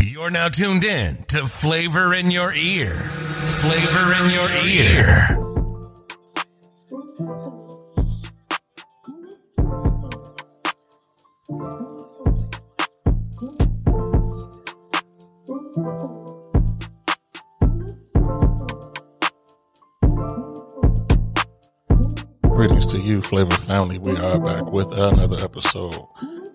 You're now tuned in to Flavor in Your Ear. Flavor in Your Ear. Greetings to you, Flavor Family. We are back with another episode.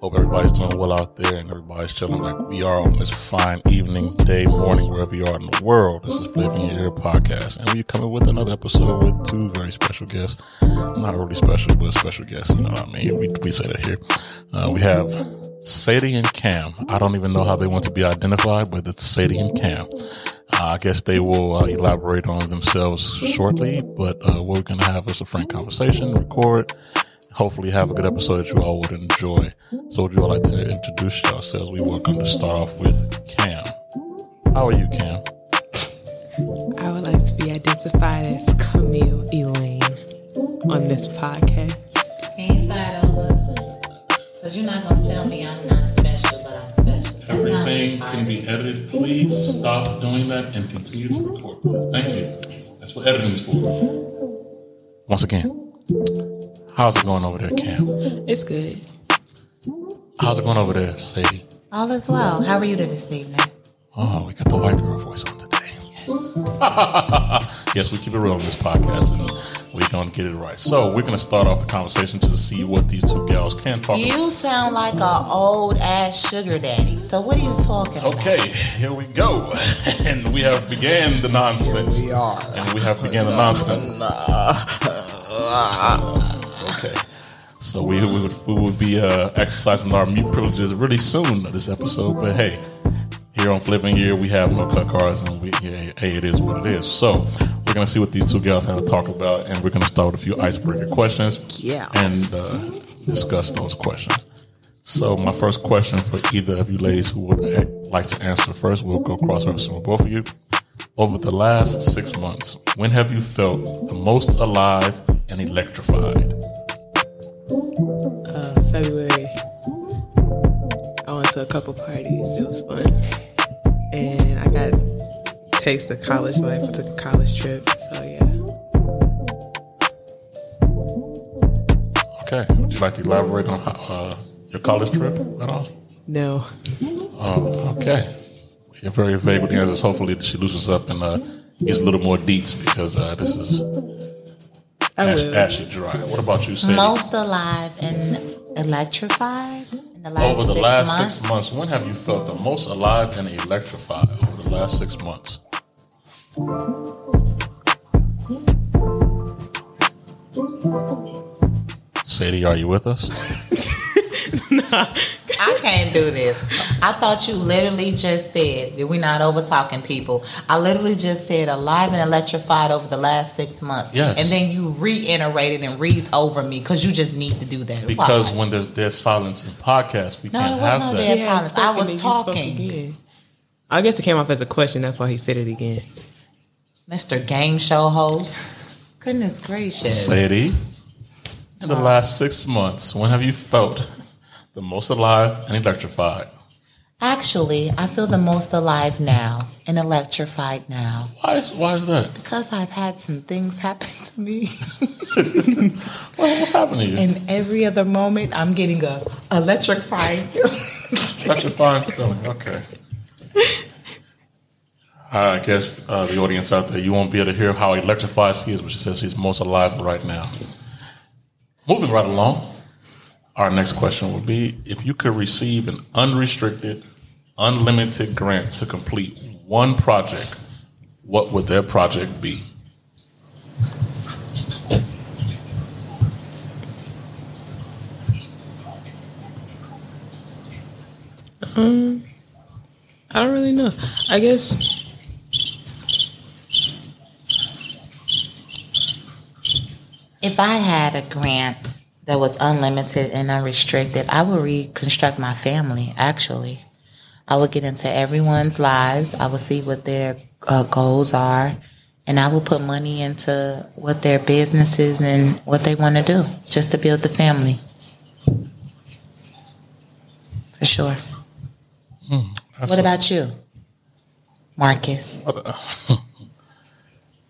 Hope everybody's doing well out there and everybody's chilling like we are on this fine evening, day, morning, wherever you are in the world. This is Flavor in Your Ear podcast, and we're coming with another episode with two very special guests. Not really special, but special guests. You know what I mean? We, we say that here. Uh, we have Sadie and Cam. I don't even know how they want to be identified, but it's Sadie and Cam. Uh, I guess they will uh, elaborate on themselves shortly, but uh, what we're going to have is a frank conversation, record, hopefully have a good episode that you all would enjoy. So, would you all like to introduce yourselves? We welcome to start off with Cam. How are you, Cam? I would like to be identified as Camille Elaine on this podcast. Can you start over? Because you're not going to tell me I'm not special, but I'm special. That's not Everything your can be part. edited. Please stop doing that and continue to record. please. Thank you. That's what editing is for. Once again, how's it going over there, Cam? It's good. How's it going over there, Sadie? All is well. How are you this evening? Oh, we got the white girl voice on today. Yes. we keep it real on this podcast and we're going to get it right. So, we're going to start off the conversation to see what these two gals can talk about. You sound like an old ass sugar daddy. So what are you talking about? Okay, here we go. and we have began the nonsense. We are. And we have began the nonsense. okay. So we, we, would, we would be uh, exercising our mute privileges really soon this episode. But hey, here on Flipping Year, we have no cut cards, and we yeah, hey, it is what it is. So we're gonna see what these two gals have to talk about, and we're gonna start with a few icebreaker questions. Yeah. and uh, discuss those questions. So my first question for either of you ladies who would eh, like to answer first, we'll go cross referencing with both of you. Over the last six months, when have you felt the most alive and electrified? Uh, February, I went to a couple parties. It was fun. And I got a taste of college life. I took a college trip. So, yeah. Okay. Would you like to elaborate on how, uh, your college trip at all? No. Um, okay. You're very vague with the answers. Hopefully, she loosens up and uh, gets a little more deets because uh, this is I ash, will. ashy dry. What about you, Sadie? Most alive and electrified in the last Over the six last months. six months, when have you felt the most alive and electrified over the last six months? Sadie, are you with us? I can't do this. I thought you literally just said that we're not over talking people. I literally just said alive and electrified over the last six months. Yes. And then you reiterated and reads over me because you just need to do that. Because Why? when there's dead silence in podcasts, we No, can't it wasn't have no that. dead- Yeah, I was spoke and then you spoke talking. again. I guess it came off as a question. That's why he said it again. Mr. Game Show host. Goodness gracious. Sadie, in the last six months, when have you felt the most alive and electrified? Actually, I feel the most alive now and electrified now Why is, why is that? because I've had some things happen to me. What- what's happening to you? and every other moment, I'm getting a electrifying. Electrifying feeling. Okay. I guess uh, the audience out there, you won't be able to hear how electrified she is, but she says she's most alive right now. Moving right along, our next question would be if you could receive an unrestricted, unlimited grant to complete one project, what would that project be? I don't really know. I guess. if I had a grant that was unlimited and unrestricted, I would reconstruct my family, actually. I would get into everyone's lives. I would see what their uh, goals are and I will put money into what their business is and what they want to do, just to build the family. For sure. That's What about you, Marcus?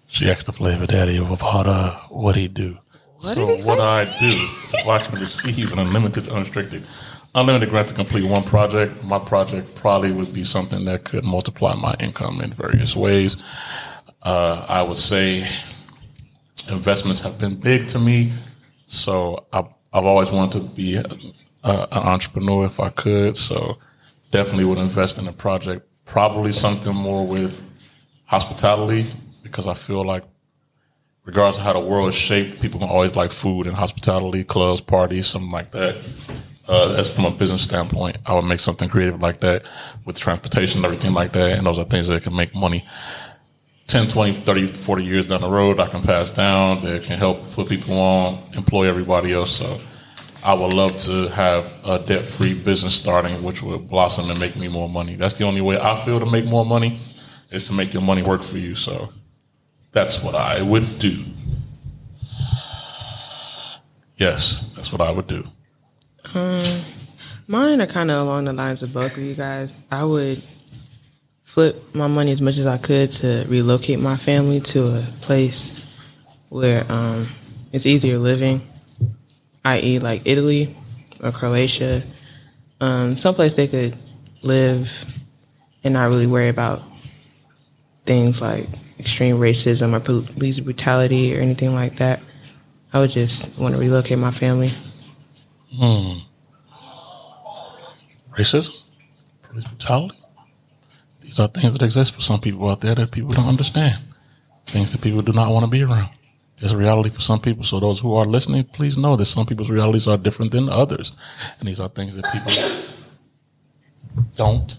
She asked the flavor daddy about uh, what he do. so what I do, if I can receive an unlimited, unrestricted, unlimited grant to complete one project, my project probably would be something that could multiply my income in various ways. Uh, I would say investments have been big to me, so I, I've always wanted to be a, a, an entrepreneur if I could. So definitely would invest in a project, probably something more with hospitality because I feel like, regardless of how the world is shaped, people can always like food and hospitality, clubs, parties, something like that. Uh, as from a business standpoint, I would make something creative like that with transportation and everything like that. And those are things that can make money. 10, 20, 30, 40 years down the road, I can pass down that can help put people on, employ everybody else. So I would love to have a debt free business starting, which would blossom and make me more money. That's the only way I feel to make more money is to make your money work for you. So that's what I would do. Yes, that's what I would do. Mine are kind of along the lines of both of you guys. I would flip my money as much as I could to relocate my family to a place where um, it's easier living, i.e., like Italy or Croatia, um, someplace they could live and not really worry about things like extreme racism or police brutality or anything like that. I would just want to relocate my family. Racism, police brutality. These are things that exist for some people out there that people don't understand. Things that people do not want to be around. It's a reality for some people. So those who are listening, please know that some people's realities are different than others. And these are things that people don't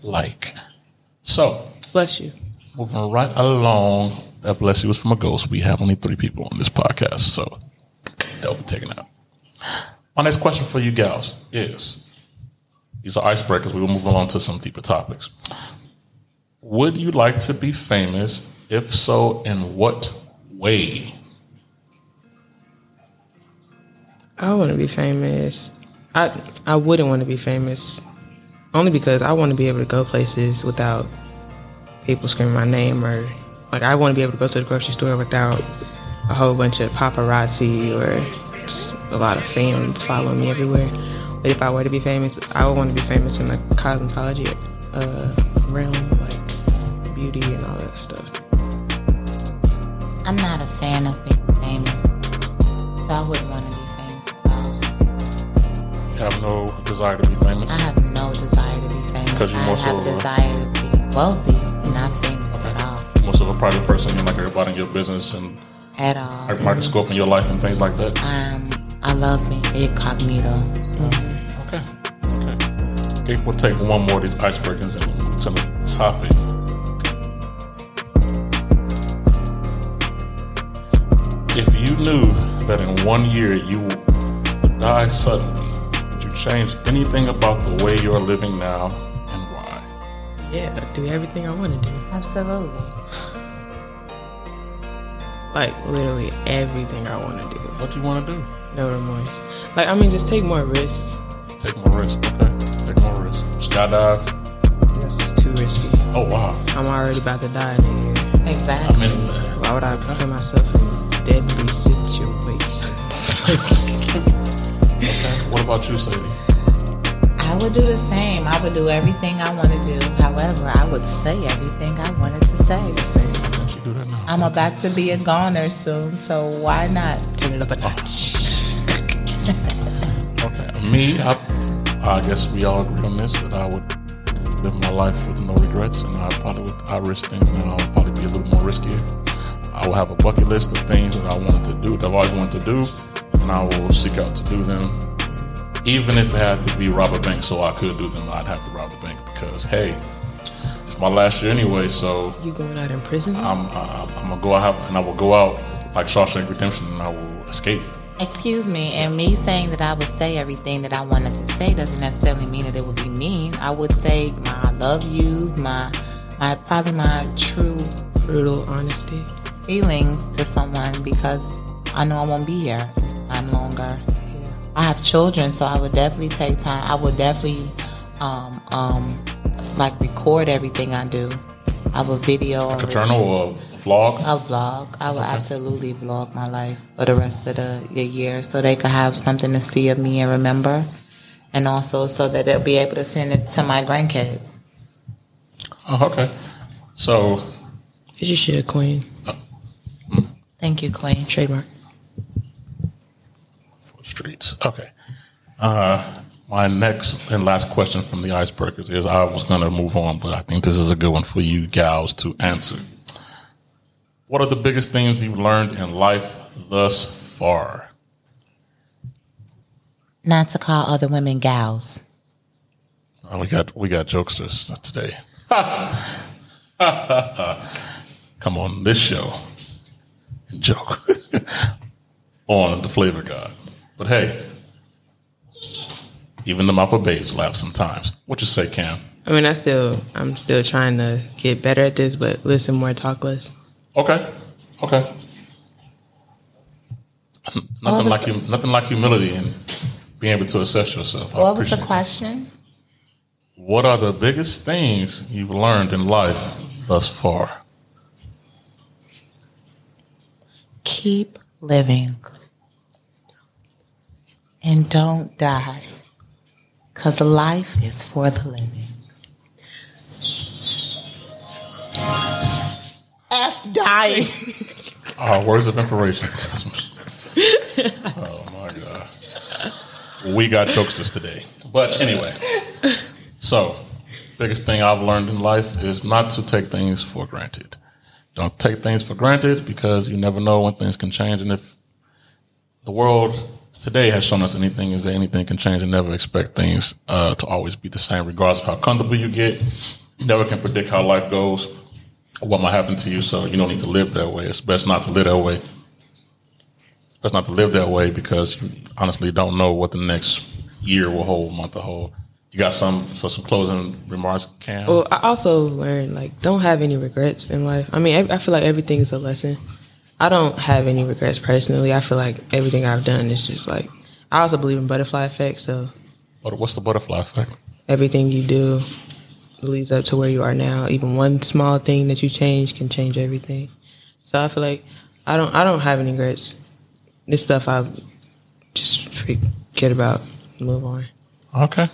like. So Bless you. Moving right along, that bless you was from a ghost. We have only three people on this podcast, so they'll be taken out. My next question for you gals is these are icebreakers. We will move along to some deeper topics. Would you like to be famous? If so, in what way? I want to be famous. I I wouldn't want to be famous, only because I want to be able to go places without people screaming my name or like I want to be able to go to the grocery store without a whole bunch of paparazzi or just a lot of fans following me everywhere. But if I were to be famous, I would want to be famous in the cosmetology uh, realm, like beauty and all that stuff. I'm not a fan of being famous, so I wouldn't want to be famous at all. You have no desire to be famous? I have no desire to be famous. 'Cause you're I more so have of a- desire to be wealthy and not famous at all. Most of a private person, you like everybody in your business and At all. like microscope in your life and things like that. Um, I love being incognito. So Okay. Okay. Okay, we'll take one more of these icebreakers and move to the topic. If you knew that in one year you would die suddenly, would you change anything about the way you're living now and why? Yeah, do everything I want to do. absolutely. Like literally everything I want to do. What do you want to do? No remorse. Like I mean, just take more risks. Take more risk. Okay. Take more risk. Skydive. This is too risky. Oh, wow. I'm already about to die in a year. Exactly. I'm in Why would I put myself in a deadly situation? What about you, Sadie? I would do the same. I would do everything I want to do. However, I would say everything I wanted to say. Why don't you do that now? I'm about to be a goner soon, so why not? Turn it up a notch. Okay. Me, I, I guess we all agree on this that I would live my life with no regrets, and I probably would I risk things now. I would probably be a little more riskier. I will have a bucket list of things that I wanted to do, that I've always wanted to do, and I will seek out to do them. Even if it had to be rob a bank, so I could do them, I'd have to rob the bank because hey, it's my last year anyway, so You going out in prison? I'm I, I'm gonna go out and I will go out like Shawshank Redemption, and I will escape. Excuse me, and me saying that I would say everything that I wanted to say doesn't necessarily mean that it would be mean. I would say my I love yous, my my probably my true brutal honesty. feelings to someone because I know I won't be here I'm longer. I have children, so I would definitely take time. I would definitely um, um, like record everything I do. I would video A journal or a vlog? I vlog. I would absolutely vlog my life for the rest of the, the year so they could have something to see of me and remember. And also so that they'll be able to send it to my grandkids. Oh, okay. So, It's your shit, Queen. Thank you, Queen. Trademark. for the streets. Okay. Uh, my next and last question from the icebreakers is I was going to move on, but I think this is a good one for you gals to answer. What are the biggest things you've learned in life thus far? Not to call other women gals. Oh, we got we got jokesters uh, today. Come on this show and joke on the flavor god. But hey, even the mouth of babes laugh sometimes. What you say, Cam? I mean, I still, I'm still trying to get better at this, but listen more, talk less. Okay, okay. What nothing was like hum- nothing like humility and being able to assess yourself. I What was the appreciate it. question? What are the biggest things you've learned in life thus far? Keep living. And don't die. Because life is for the living. F dying. Oh, words of information. oh my god. We got jokesters today. But anyway. So, biggest thing I've learned in life is not to take things for granted. Don't take things for granted because you never know when things can change and if the world today has shown us anything is that anything can change and never expect things uh, to always be the same regardless of how comfortable you get. You never can predict how life goes or what might happen to you, so you don't need to live that way. It's best not to live that way best not to live that way because you honestly don't know what the next year will hold, month will hold. You got some for some closing remarks, Cam? Well, I also learned like don't have any regrets in life. I mean, I, I feel like everything is a lesson. I don't have any regrets personally. I feel like everything I've done is just like I also believe in butterfly effect. So But what's the butterfly effect? everything you do leads up to where you are now. Even one small thing that you change can change everything. So I feel like I don't I don't have any regrets. This stuff I just forget about, move on. Okay.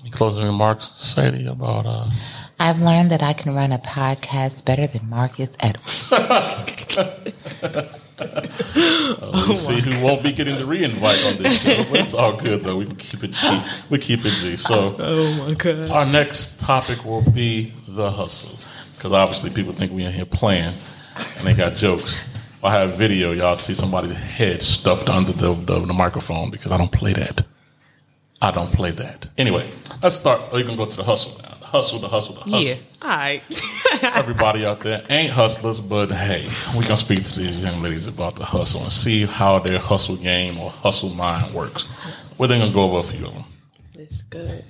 Any closing remarks, Sadie, about uh I've learned that I can run a podcast better than Marcus Edwards. you see who won't be getting the re-invite on this show. But it's all good though. We can keep it G. We keep it G. So Oh my god. our next topic will be the hustle. Because obviously people think we in here playing and they got jokes. If I have video, y'all see somebody's head stuffed under the, the, the microphone because I don't play that. I don't play that. Anyway, let's start. Oh, you can go to the hustle now. The hustle, the hustle, the hustle Yeah. All right. everybody out there ain't hustlers, but hey, we can speak to these young ladies about the hustle and see how their hustle game or hustle mind works. We're then gonna go over a few of them. It's good.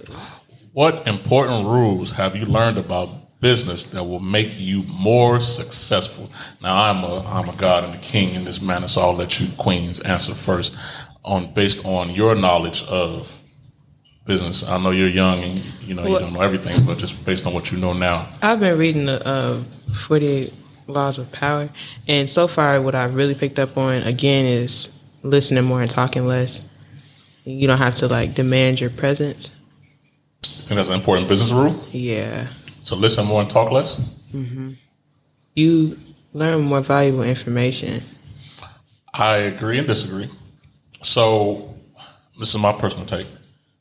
What important rules have you learned about business that will make you more successful? Now I'm a I'm a god and a king in this manner, so I'll let you queens answer first on based on your knowledge of business. I know you're young and you know you Well- don't know everything, but just based on what you know now. I've been reading the uh, 48 Laws of Power, and so far, what I've really picked up on again is listening more and talking less. You don't have to like demand your presence. I think that's an important business rule. Yeah, So listen more and talk less. you learn more valuable information. I agree and disagree. So, this is my personal take.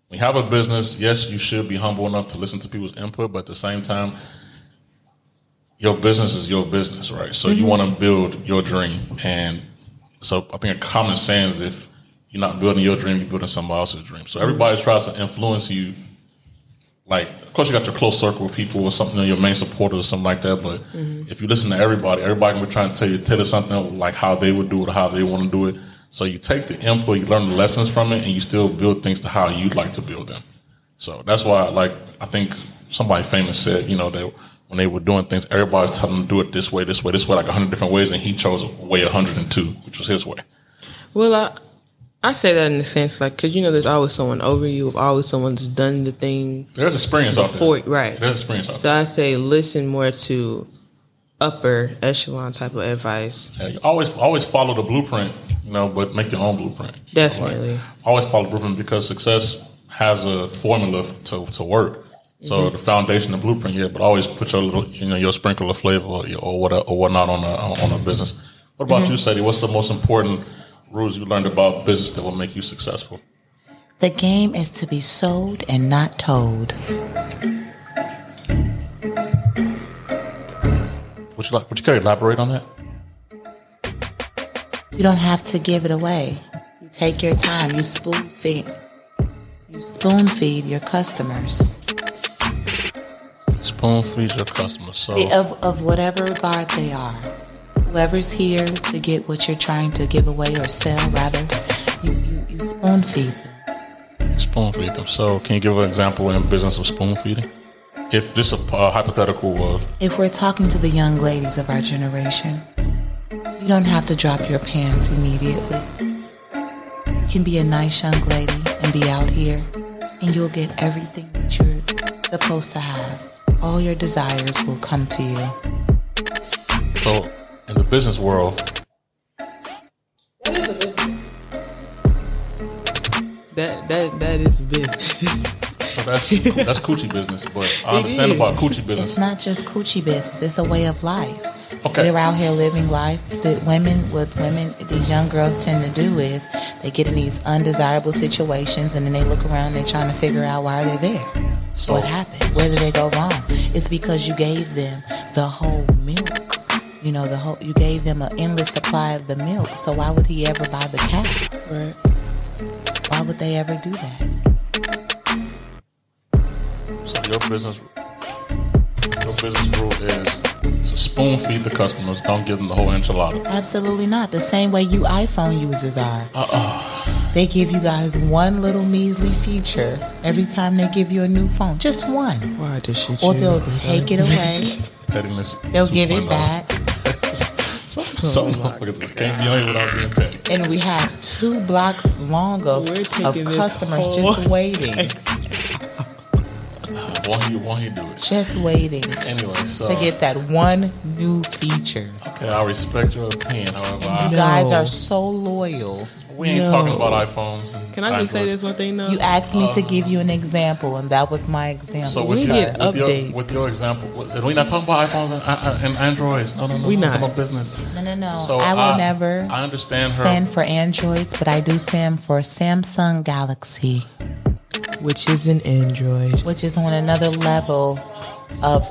When you have a business, yes, you should be humble enough to listen to people's input, but at the same time, your business is your business, right? So you want to build your dream, and so I think a common sense if you're not building your dream, you're building somebody else's dream. So everybody tries to influence you. Like, of course, you got your close circle of people or something, your main supporters or something like that. But if you listen to everybody, everybody can be trying to tell you tell you something like how they would do it, or how they want to do it. So you take the input, you learn the lessons from it, and you still build things to how you'd like to build them. So that's why, like, I think somebody famous said, you know, that when they were doing things, everybody was telling them to do it this way, this way, this way, like a hundred different ways, and he chose way hundred and two, which was his way. Well, I I say that in the sense like because you know there's always someone over you, always someone that's done the thing There's experience out before, there. right? There's experience out So I say listen more to upper echelon type of advice. there. Yeah, you always, always follow the blueprint, you know, but make your own blueprint. you know, like, Definitely. always follow the blueprint because success has a formula to to work. So the foundation, the blueprint, yeah, but always put your little, you know, your sprinkle of flavor or, or what or whatnot on a on a business. What about you, Sadie? What's the most important rules you learned about business that will make you successful? The game is to be sold and not told. Would you like? Would you care to elaborate on that? You don't have to give it away. You take your time. You spoon feed. You spoon feed your customers Spoon feed your customers. So Be- of of whatever regard they are. Whoever's here to get what you're trying to give away or sell, rather, you, you, you spoon feed them. spoon feed them. So can you give an example in business of spoon feeding? If this a uh, hypothetical, uh, If we're talking to the young ladies of our generation, you don't have to drop your pants immediately. You can be a nice young lady and be out here, and you'll get everything that you're supposed to have. All your desires will come to you. so in the business world, That that that is business. So that's that's coochie business, but I understand is. about coochie It's business. not just coochie business, it's a way of life. Okay. We're out here living life. The women, what women, these young girls tend to do is they get in these undesirable situations and then they look around, they're trying to figure out why they're there. So- what happened? Where did they go wrong? It's because you gave them the whole milk. You know, the whole, you gave them an endless supply of the milk. So why would he ever buy the cow? Right. Why would they ever do that? So your business, your business rule is to spoon feed the customers. Don't give them the whole enchilada. Absolutely not. The same way you iPhone users are. They give you guys one little measly feature every time they give you a new phone. Just one. Why did she? Or they'll take it away. Pettiness. They'll give 2.0. it back. oh. Oh Some motherfuckers just can't be on here without being petty. And we have two blocks long of, We're of taking this customers whole just waiting. Why he why he do it? just waiting to Anyway, so get that one new feature. okay, I respect your opinion. However, You I, guys are so loyal. we ain't talking about iPhones. And Can I just say Androids. this one thing though? You asked me to give you an example, and that was my example. So with We your, get with your updates. with your example, with- we not talking about iPhones and, uh, and Androids. No, no, no. We we're not. talking about business. No, no, no. I will never I understand her. stand for Androids, but I do stand for Samsung Galaxy, Which is an android. which is on another level of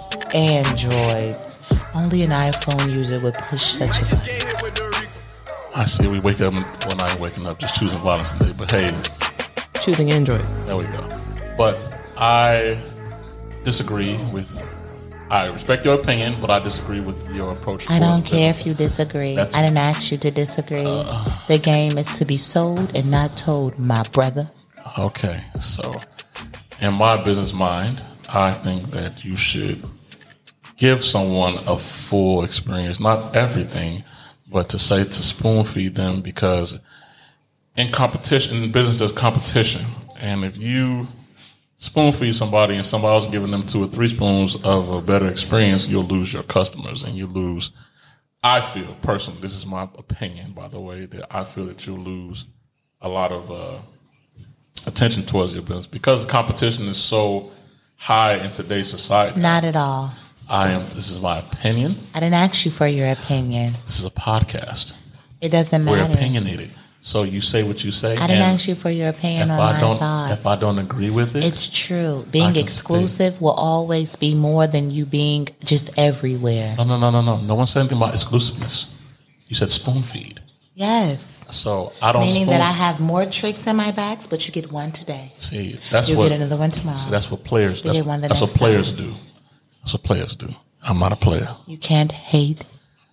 Androids. Only an iPhone user would push such a button. I see. We wake up. Well, not waking up. Just choosing violence today. But hey, Choosing android. there we go. But I disagree with. I respect your opinion, but I disagree with your approach. I don't towards care business. if you disagree. That's- Uh. I didn't ask you to disagree. the game is to be sold and not told, my brother. Okay, so in my business mind, I think that you should give someone a full experience, not everything, but to say to spoon feed them because in competition, in business, there's competition. And if you spoon feed somebody and somebody else giving them two or three spoons of a better experience, you'll lose your customers and you lose. I feel personally, this is my opinion, by the way, that I feel that you lose a lot of uh, attention towards your business because the competition is so high in today's society. Not at all. I am. This is my opinion. I didn't ask you for your opinion. This is a podcast. It doesn't We're matter. opinionated, so you say what you say. I didn't and ask you for your opinion If on I my don't, thoughts. if I don't agree with it, It's true. I Being can exclusive will always be more than you being just everywhere. no, no, no, no, no. No one said anything about exclusiveness. You said spoon feed, Yes. so I don't. Meaning spoon, that I have more tricks in my bags, but you get one today. see. That's You'll what. get another one tomorrow. see, that's what players. You That's, get one the that's what next players do. That's what players do. I'm not a player. you can't hate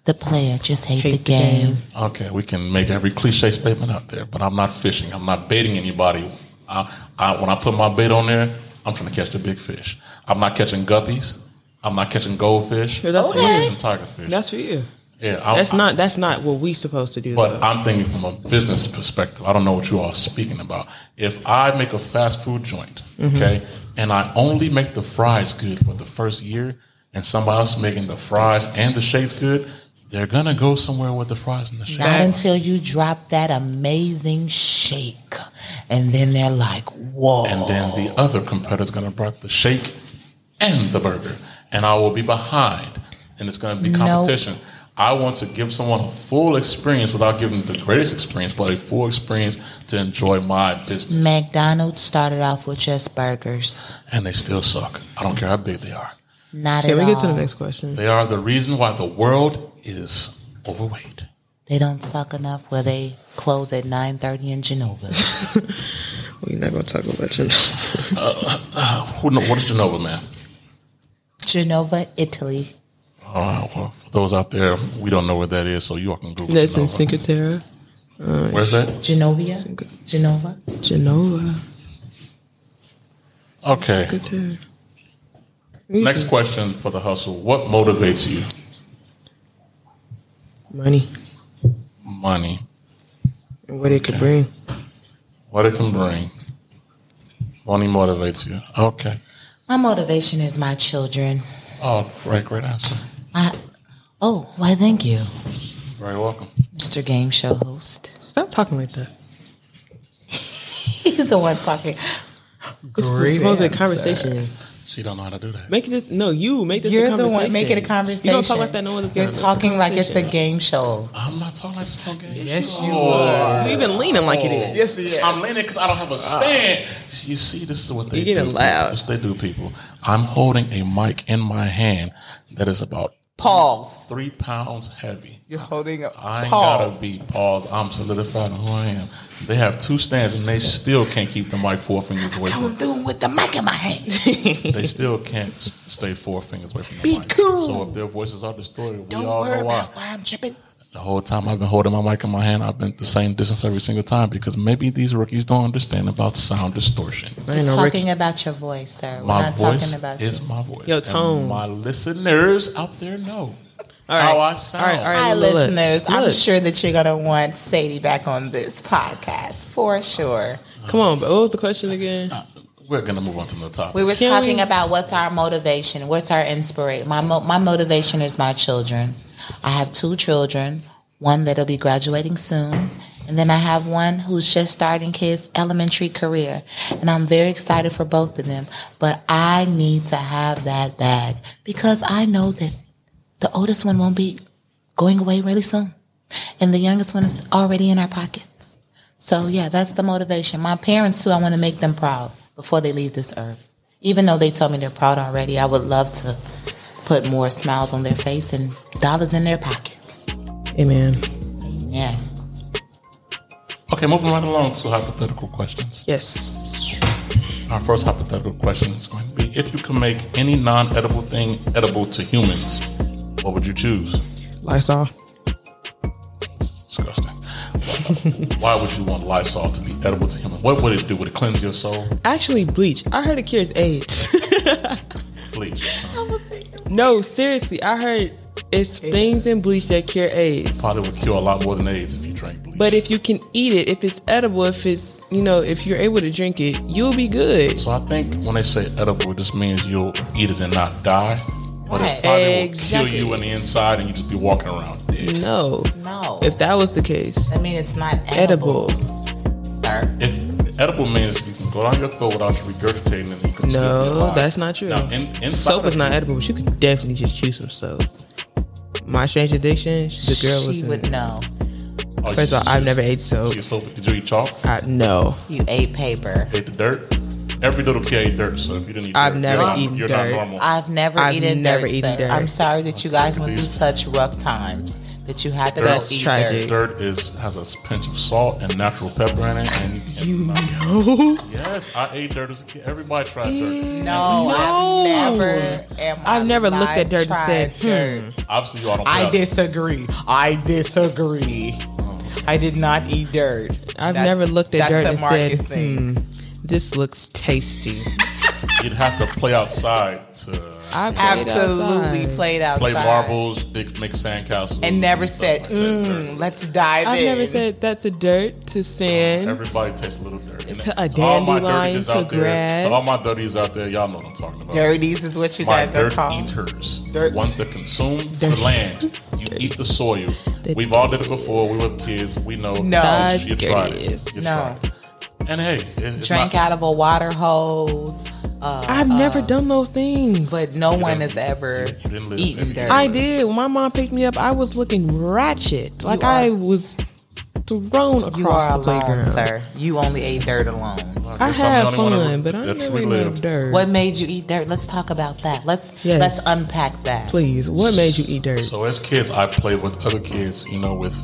the player, just hate, Hate the, the game. game. Okay, we can make every cliche statement out there, but I'm not fishing. I'm not baiting anybody. I, I, when I put my bait on there, I'm trying to catch the big fish. I'm not catching guppies. I'm not catching goldfish. Yeah, that's I'm not Okay. catching tiger fish. That's for you. yeah, I'm, That's not that's not what we supposed to do. Oh, But though. I'm thinking from a business perspective. I don't know what you are speaking about. If I make a fast food joint, Mm-hmm. okay, and I only make the fries good for the first year, and somebody else making the fries and the shakes good, they're gonna go somewhere with the fries and the shakes. Not until you drop that amazing shake. And then they're like, whoa. And then the other competitor's gonna bring the shake and the burger, and I will be behind, and it's gonna be competition. I want to give someone a full experience without giving the greatest experience, but a full experience to enjoy my business. McDonald's started off with just burgers. and they still suck. I don't care how big they are. Not Can at we all. get to the next question? They are the reason why the world is overweight. They don't suck enough where they close at 9.30 in Genova. We're not gonna talk about you. Who know, what is Genova, man? Genova, Italy. All right, well, for those out there, we don't know where that is, so you all can Google That's in uh, Genova. Cinque Terre, Where's that? Genovia? Genova? Genova. Okay. Cinque Terre. Next question for the hustle. What motivates you? Money Money. and what it could bring. What it can bring. Money motivates you. Okay. My motivation is my children. Oh, great, great answer. I, oh, why thank you, Very welcome. Mr. Game Show host. Stop talking like that. He's the one talking. This is supposed to be a conversation. She don't know how to do that. Make this no, you make this a You're the conversation. one making a conversation. You don't talk like that. No one's You're talking like it's a game show. I'm not talking. I just don't get it. Oh, Yes, you are. Oh. You even leaning like it is. Yes, he is. I'm leaning because I don't have a stand. You see, this is what they You're getting do. loud. This is what they do, people. I'm holding a mic in my hand that is about Pause. three pounds heavy. You're holding up. I ain't Pause. gotta be paused. I'm solidified in who I am. They have two stands and they still can't keep the mic four fingers away from. I'm doing with the mic in my hand. They still can't s- stay four fingers away from the Be mic. cool. So if their voices are distorted, we Don't all worry know why. about why I'm tripping. The whole time I've been holding my mic in my hand, I've been the same distance every single time because maybe these rookies don't understand about sound distortion. I We're ain't no talking Ricky. about your voice, sir. We're My not voice talking about is you. my voice. Your And tone. my listeners out there know All how right. I sound. All right, all right. Hi, look, look, listeners. I'm look. sure that you're going to want Sadie back on this podcast for sure. Come on, but what was the question again? We're gonna move on to the topic. We were Can talking we- about what's our motivation, what's our inspiration. My mo- my motivation is my children. I have two children, one that'll be graduating soon, and then I have one who's just starting his elementary career. And I'm very excited for both of them, but I need to have that bag because I know that the oldest one won't be going away really soon, and the youngest one is already in our pockets. So yeah, that's the motivation. My parents too. I want to make them proud before they leave this earth. Even though they tell me they're proud already, I would love to put more smiles on their face and dollars in their pockets. Amen. Yeah. okay, moving right along to hypothetical questions. Yes. Our first hypothetical question is going to be: If you could make any non-edible thing edible to humans, what would you choose? Lysol. Disgusting. Why would you want Lysol to be edible to humans? What would it do? Would it cleanse your soul? Actually, bleach. I heard it cures AIDS. Bleach. no, seriously, I heard it's things in bleach that cure AIDS. Probably would cure a lot more than AIDS if you drank bleach. But if you can eat it, if it's edible, if it's you know, if you're able to drink it, you'll be good. So I think when they say edible, it just means you'll eat it and not die. But Right. it probably will Exactly. kill you on the inside and you just be walking around dead. No, No. if that was the case, I mean, it's not edible, edible. sir. If edible means you can go down your throat without you regurgitating and you can still be No, alive. that's not true. Now, in, inside Soap of is not you- edible, but you could definitely just chew some soap. My strange addiction. The girl she was. would in- know. oh, First of all, she's- I've never she's- ate soap. She's soap. Did you eat chalk? I, no, You ate paper. Ate the dirt? Every little kid ate dirt, so if you didn't eat I've dirt, never you're not, eaten you're dirt. not normal. I've never I've eaten never dirt, eaten sir. dirt. I'm sorry that you guys went through Please. such rough times that you had to That's go eat tragic. dirt. dirt is has a pinch of salt and natural pepper in it. And you, you know. Yes, I ate dirt as a kid. Everybody tried dirt. No, No. I've never. in my I've never looked at life dirt and tried said, hmm. dirt. Obviously, you all don't. I play outside. disagree. I disagree. I did not eat dirt. I've That's- never looked that's at dirt a hmm, and Marcus said, thing. "This looks tasty." You'd have to play outside to I played Absolutely outside. played outside. play marbles, dig, make sandcastles, And never stuff said, like that. mm, Dirt. let's dive I've in. never said that to dirt, to sand. Everybody tastes a little dirty. And To a all my dandelion, dirties to out there, grass. to all my dirties out there, y'all know what I'm talking about. Dirties is what you my guys are dirt called. eaters, Dirt- the ones that consume the Dirt- land. You eat the soil. They- We've all did it before. We were kids. We know. No. you tried it. Dirtiest. You No. tried it. And hey, it- it's Drink not, out of a water hose. Uh, I've never done those things. but no one didn't- has ever you didn't live, eaten baby. dirt. I did. When my mom picked me up, I was looking ratchet. Like are- I was thrown across you are the alone, playground. sir. You only ate dirt alone. I Guess I'm the had only one that- fun, but I that's never we ate lived. dirt. What made you eat dirt? Let's talk about that. Let's Yes. let's unpack that. Please, what made you eat dirt? So as kids, I played with other kids. You know, with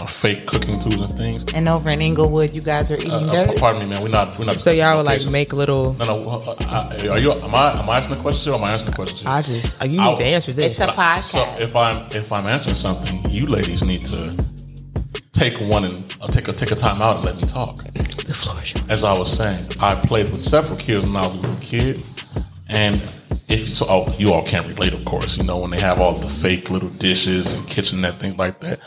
uh, fake cooking tools and things. And over in Inglewood, you guys are eating Uh, uh, dirt. pardon me, man. We're not. We're not. So y'all would like locations. make little. No, no. well, uh, I, are you? Am I? Am I asking a question? Or am I asking a question? I uh, just you need I'll- to answer this. It's a podcast. So if I'm if I'm answering something, you ladies need to take one and uh, take a take a time out and let me talk. the floor is yours. As I was saying, I played with several kids when I was a little kid, and if so, oh, you all can't relate, of course. You know when they have all the fake little dishes and kitchenette things like that.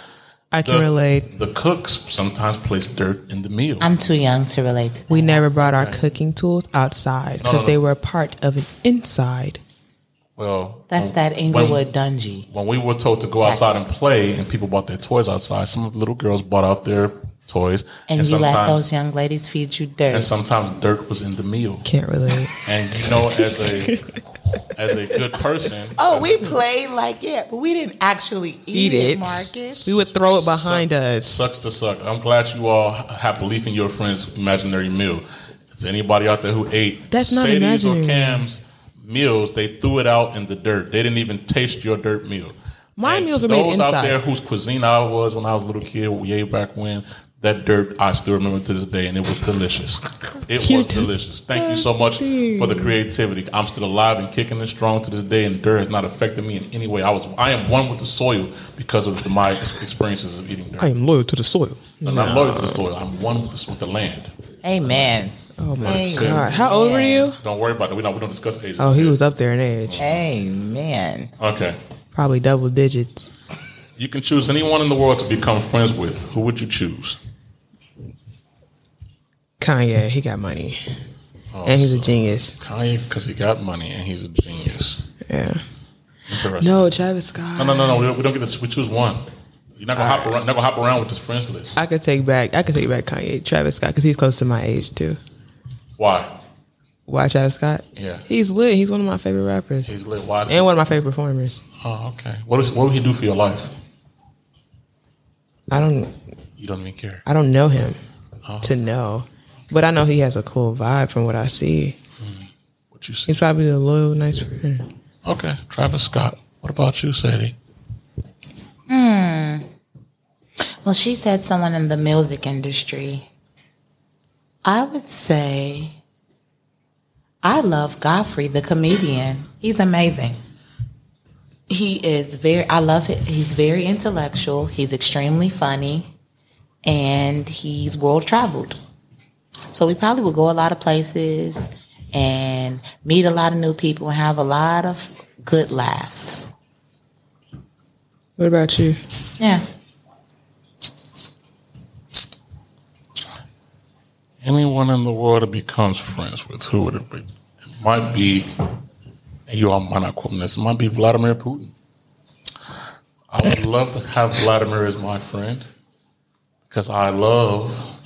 I can The- relate. The cooks sometimes place dirt in the meal. I'm too young to relate to. We never brought our cooking tools outside because no, no. they were a part of an inside. well, Oh, That's when- that Inglewood when- Dungy. when we were told to go outside and play, and people bought their toys outside, some little girls bought out their toys, And, you let sometimes- those young ladies feed you dirt. and sometimes dirt was in the meal. Can't relate. And you know, as a as a good person, oh, we played like it, but we didn't actually Eat eat, it. it, Marcus. we would throw it behind us. sucks to suck. I'm glad you all have belief in your friend's imaginary meal. Is anybody out there who ate That's not Sadie's or imaginary. Cam's meals? They threw it out in the dirt. They didn't even taste your dirt meal. My And meals to are made those out inside. there whose cuisine I was when I was a little kid, way back when. That dirt I still remember to this day, and it was delicious. It You're was delicious. Thank you so much for the creativity. I'm still alive and kicking and strong to this day, and dirt has not affected me in any way. I was, I am one with the soil because of my experiences of eating dirt. I am loyal to the soil. I'm not loyal to the soil. I'm one with the, with the land. Amen. Oh my Amen. god! How old were you? Don't worry about it. We don't, we don't discuss ages. Oh, he was up there in age, Amen. Okay. probably double digits. You can choose anyone in the world to become friends with. Who would you choose? Kanye, he got money, Oh, and he's a genius. Kanye, because he got money and he's a genius. Yeah, Interesting. No, Travis Scott. No, no, no, no. We don't, we don't get to. We choose one. You're not gonna hop around. Not gonna hop around with this friends list. I could take back. I could take back Kanye, Travis Scott, because he's close to my age too. Why? Why Travis Scott? Yeah. he's lit. He's one of my favorite rappers He's lit. Why? Is he- and one of my favorite performers. oh, okay. What is? What would he do for your life? I don't. You don't even care. I don't know him Oh. to know, but I know he has a cool vibe from what I see. What you see? He's probably a loyal, nice friend. Okay. Travis Scott. What about you, Sadie? Well, she said someone in the music industry. I would say I love Godfrey, the comedian. He's amazing. He is very, I love it. He's very intellectual, he's extremely funny, and he's world traveled. So we probably would go a lot of places and meet a lot of new people and have a lot of good laughs. What about you? Yeah. anyone in the world that becomes friends with, who would it be? It might be, and you all might not quote me this, it might be Vladimir Putin. I would love to have Vladimir as my friend because I love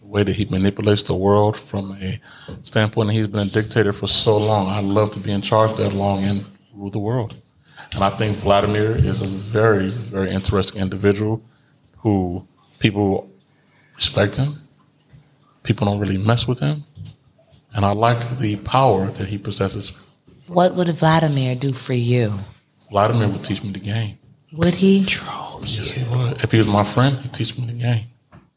the way that he manipulates the world from a standpoint that he's been a dictator for so long. I love to be in charge that long and rule the world. And I think Vladimir is a very, very interesting individual who people respect him people don't really mess with him. And I like the power that he possesses. What would Vladimir do for you? Vladimir would teach me the game. Would he? Oh, Yes, he would. If he was my friend, he'd teach me the game.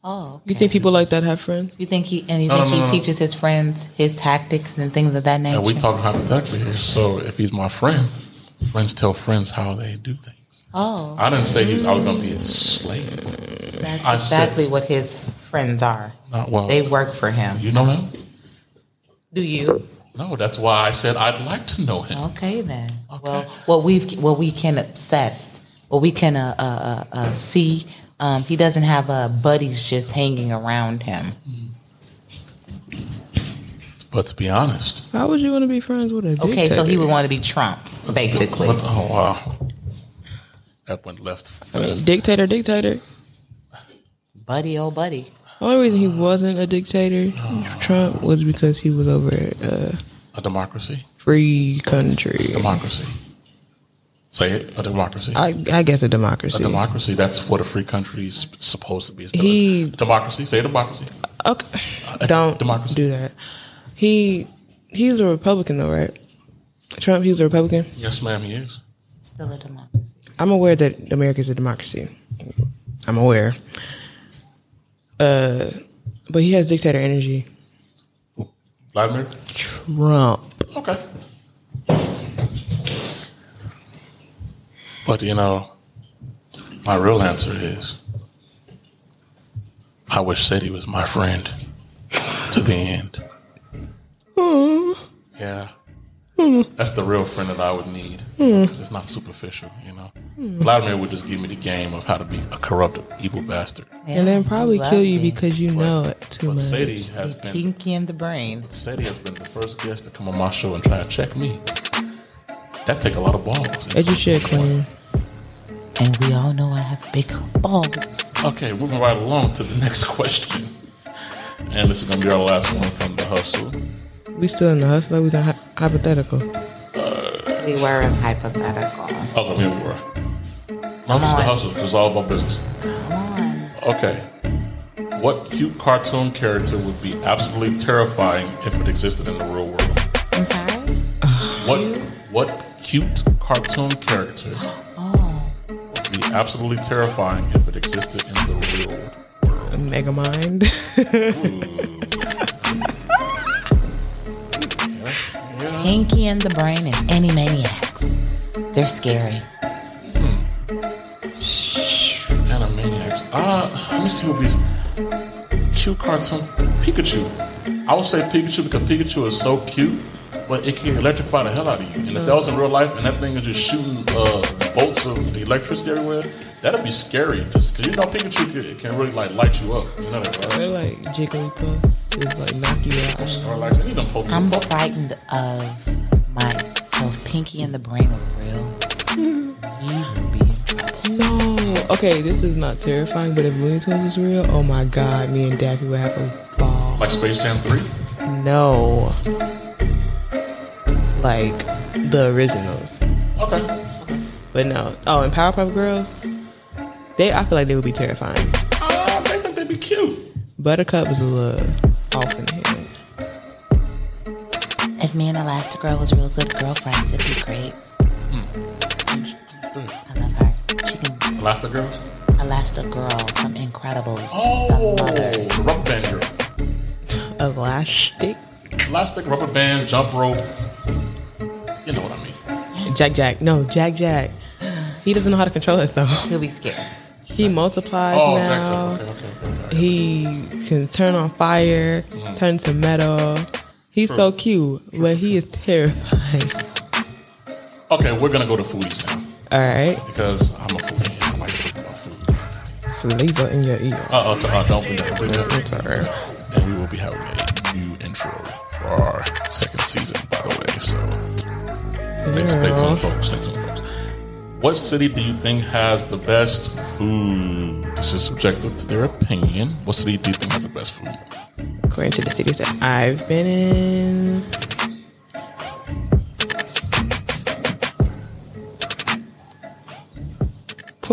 Oh, You think people like that have friends? you think he and you No, no, think no, he no. teaches his friends his tactics and things of that nature? And we talk hypothetically here. So if he's my friend, friends tell friends how they do things. oh, I didn't say he was, I was going to be a slave. that's I said- exactly what his friends are. Not well. They work for him. You know him? Do you? No, that's why I said I'd like to know him. Okay then. Okay. Well, what we've what we can obsess, what we can uh, uh, uh, uh, see, um, he doesn't have uh, buddies just hanging around him. But to be honest, How would you want to be friends with a dictator? Okay, so he would want to be Trump, basically. what the- oh wow, that went left I mean, fast. dictator, dictator. Buddy, oh buddy. Only reason he wasn't a dictator, Trump, was because he was over a A democracy, free country. democracy. Say it, a democracy. I, I guess a a democracy. democracy. That's what a free country is supposed to be. He- democracy. Say democracy. okay, A don't democracy. do that. He he's a Republican though, right? Trump, he's a Republican. Yes, ma'am. He is. Still a democracy. I'm aware that America is a democracy. I'm aware. Uh, but he has dictator energy. Vladimir. Trump. Okay. But you know, my real answer is I wish Sadie was my friend to the end. Yeah. That's the real friend that I would need. 'Cause it's not superficial, you know. Vladimir would just give me the game of how to be a corrupt, evil bastard. And then probably kill you Lovely. because you know it too But much. Sadie has been Pinky in the brain. Sadie has been the first guest to come on my show and try to check me. That take a lot of balls. As you should, Queen. And we all know I have big balls. Okay, moving right along to the next question. And this is going to be our last one from The Hustle. We still in the hustle. like We was in hy- hypothetical. We were in hypothetical. Oh, here we were. No, this is The on. Hustle. This is all about business. Come on. Okay. What cute cartoon character would be absolutely terrifying if it existed in the real world? I'm sorry. What what cute cartoon character would be absolutely terrifying if it existed in the real world? Mega mind. Pinky in the brain and any maniacs. They're scary. Animaniacs. Uh, let me see what these cute cartoon. Pikachu. I would say Pikachu because Pikachu is so cute, but it can electrify the hell out of you. And if that was in real life and that thing is just shooting uh, bolts of electricity everywhere, that'd be scary. Just because you know Pikachu can, it can really like light you up. You know that, They're right? like Jigglypuff. Just like knock you out. Or like you done poke I'm frightened of mice. So if Pinky in the brain were real, you would be in trouble. No. Okay, this is not terrifying, but if Looney Tunes is real, oh my god, me and Daffy would have a ball. like Space Jam 3. No. Like the originals. Okay. But no. Oh, and Powerpuff Girls, they I feel like they would be terrifying. Uh, they think they'd be cute. Buttercup is a little off in the head. If me and Elastigirl was real good girlfriends, it'd be great. I love her. She can Elastigirls. Elastigirl from Incredibles. The mother. rubber band girl. Elastic. Elastic rubber band, jump rope. You know what I mean. Jack Jack. No, Jack Jack. He doesn't know how to control himself. He'll be scared. He multiplies Oh, now. exactly. Okay, okay, okay. Mm-hmm. okay. He can turn on fire, turn to metal. He's so cute, but he is terrifying. Okay, we're gonna go to foodies now All right, because I'm a foodie. I like talking about food. flavor in your ear. Uh, uh, t- uh don't do that. Do It's that. all right. And we will be having a new intro for our second season, by the way. So stay, stay tuned, folks. Stay tuned, folks. What city do you think has the best food? This is subjective to their opinion. What city do you think has the best food? According to the cities that I've been in,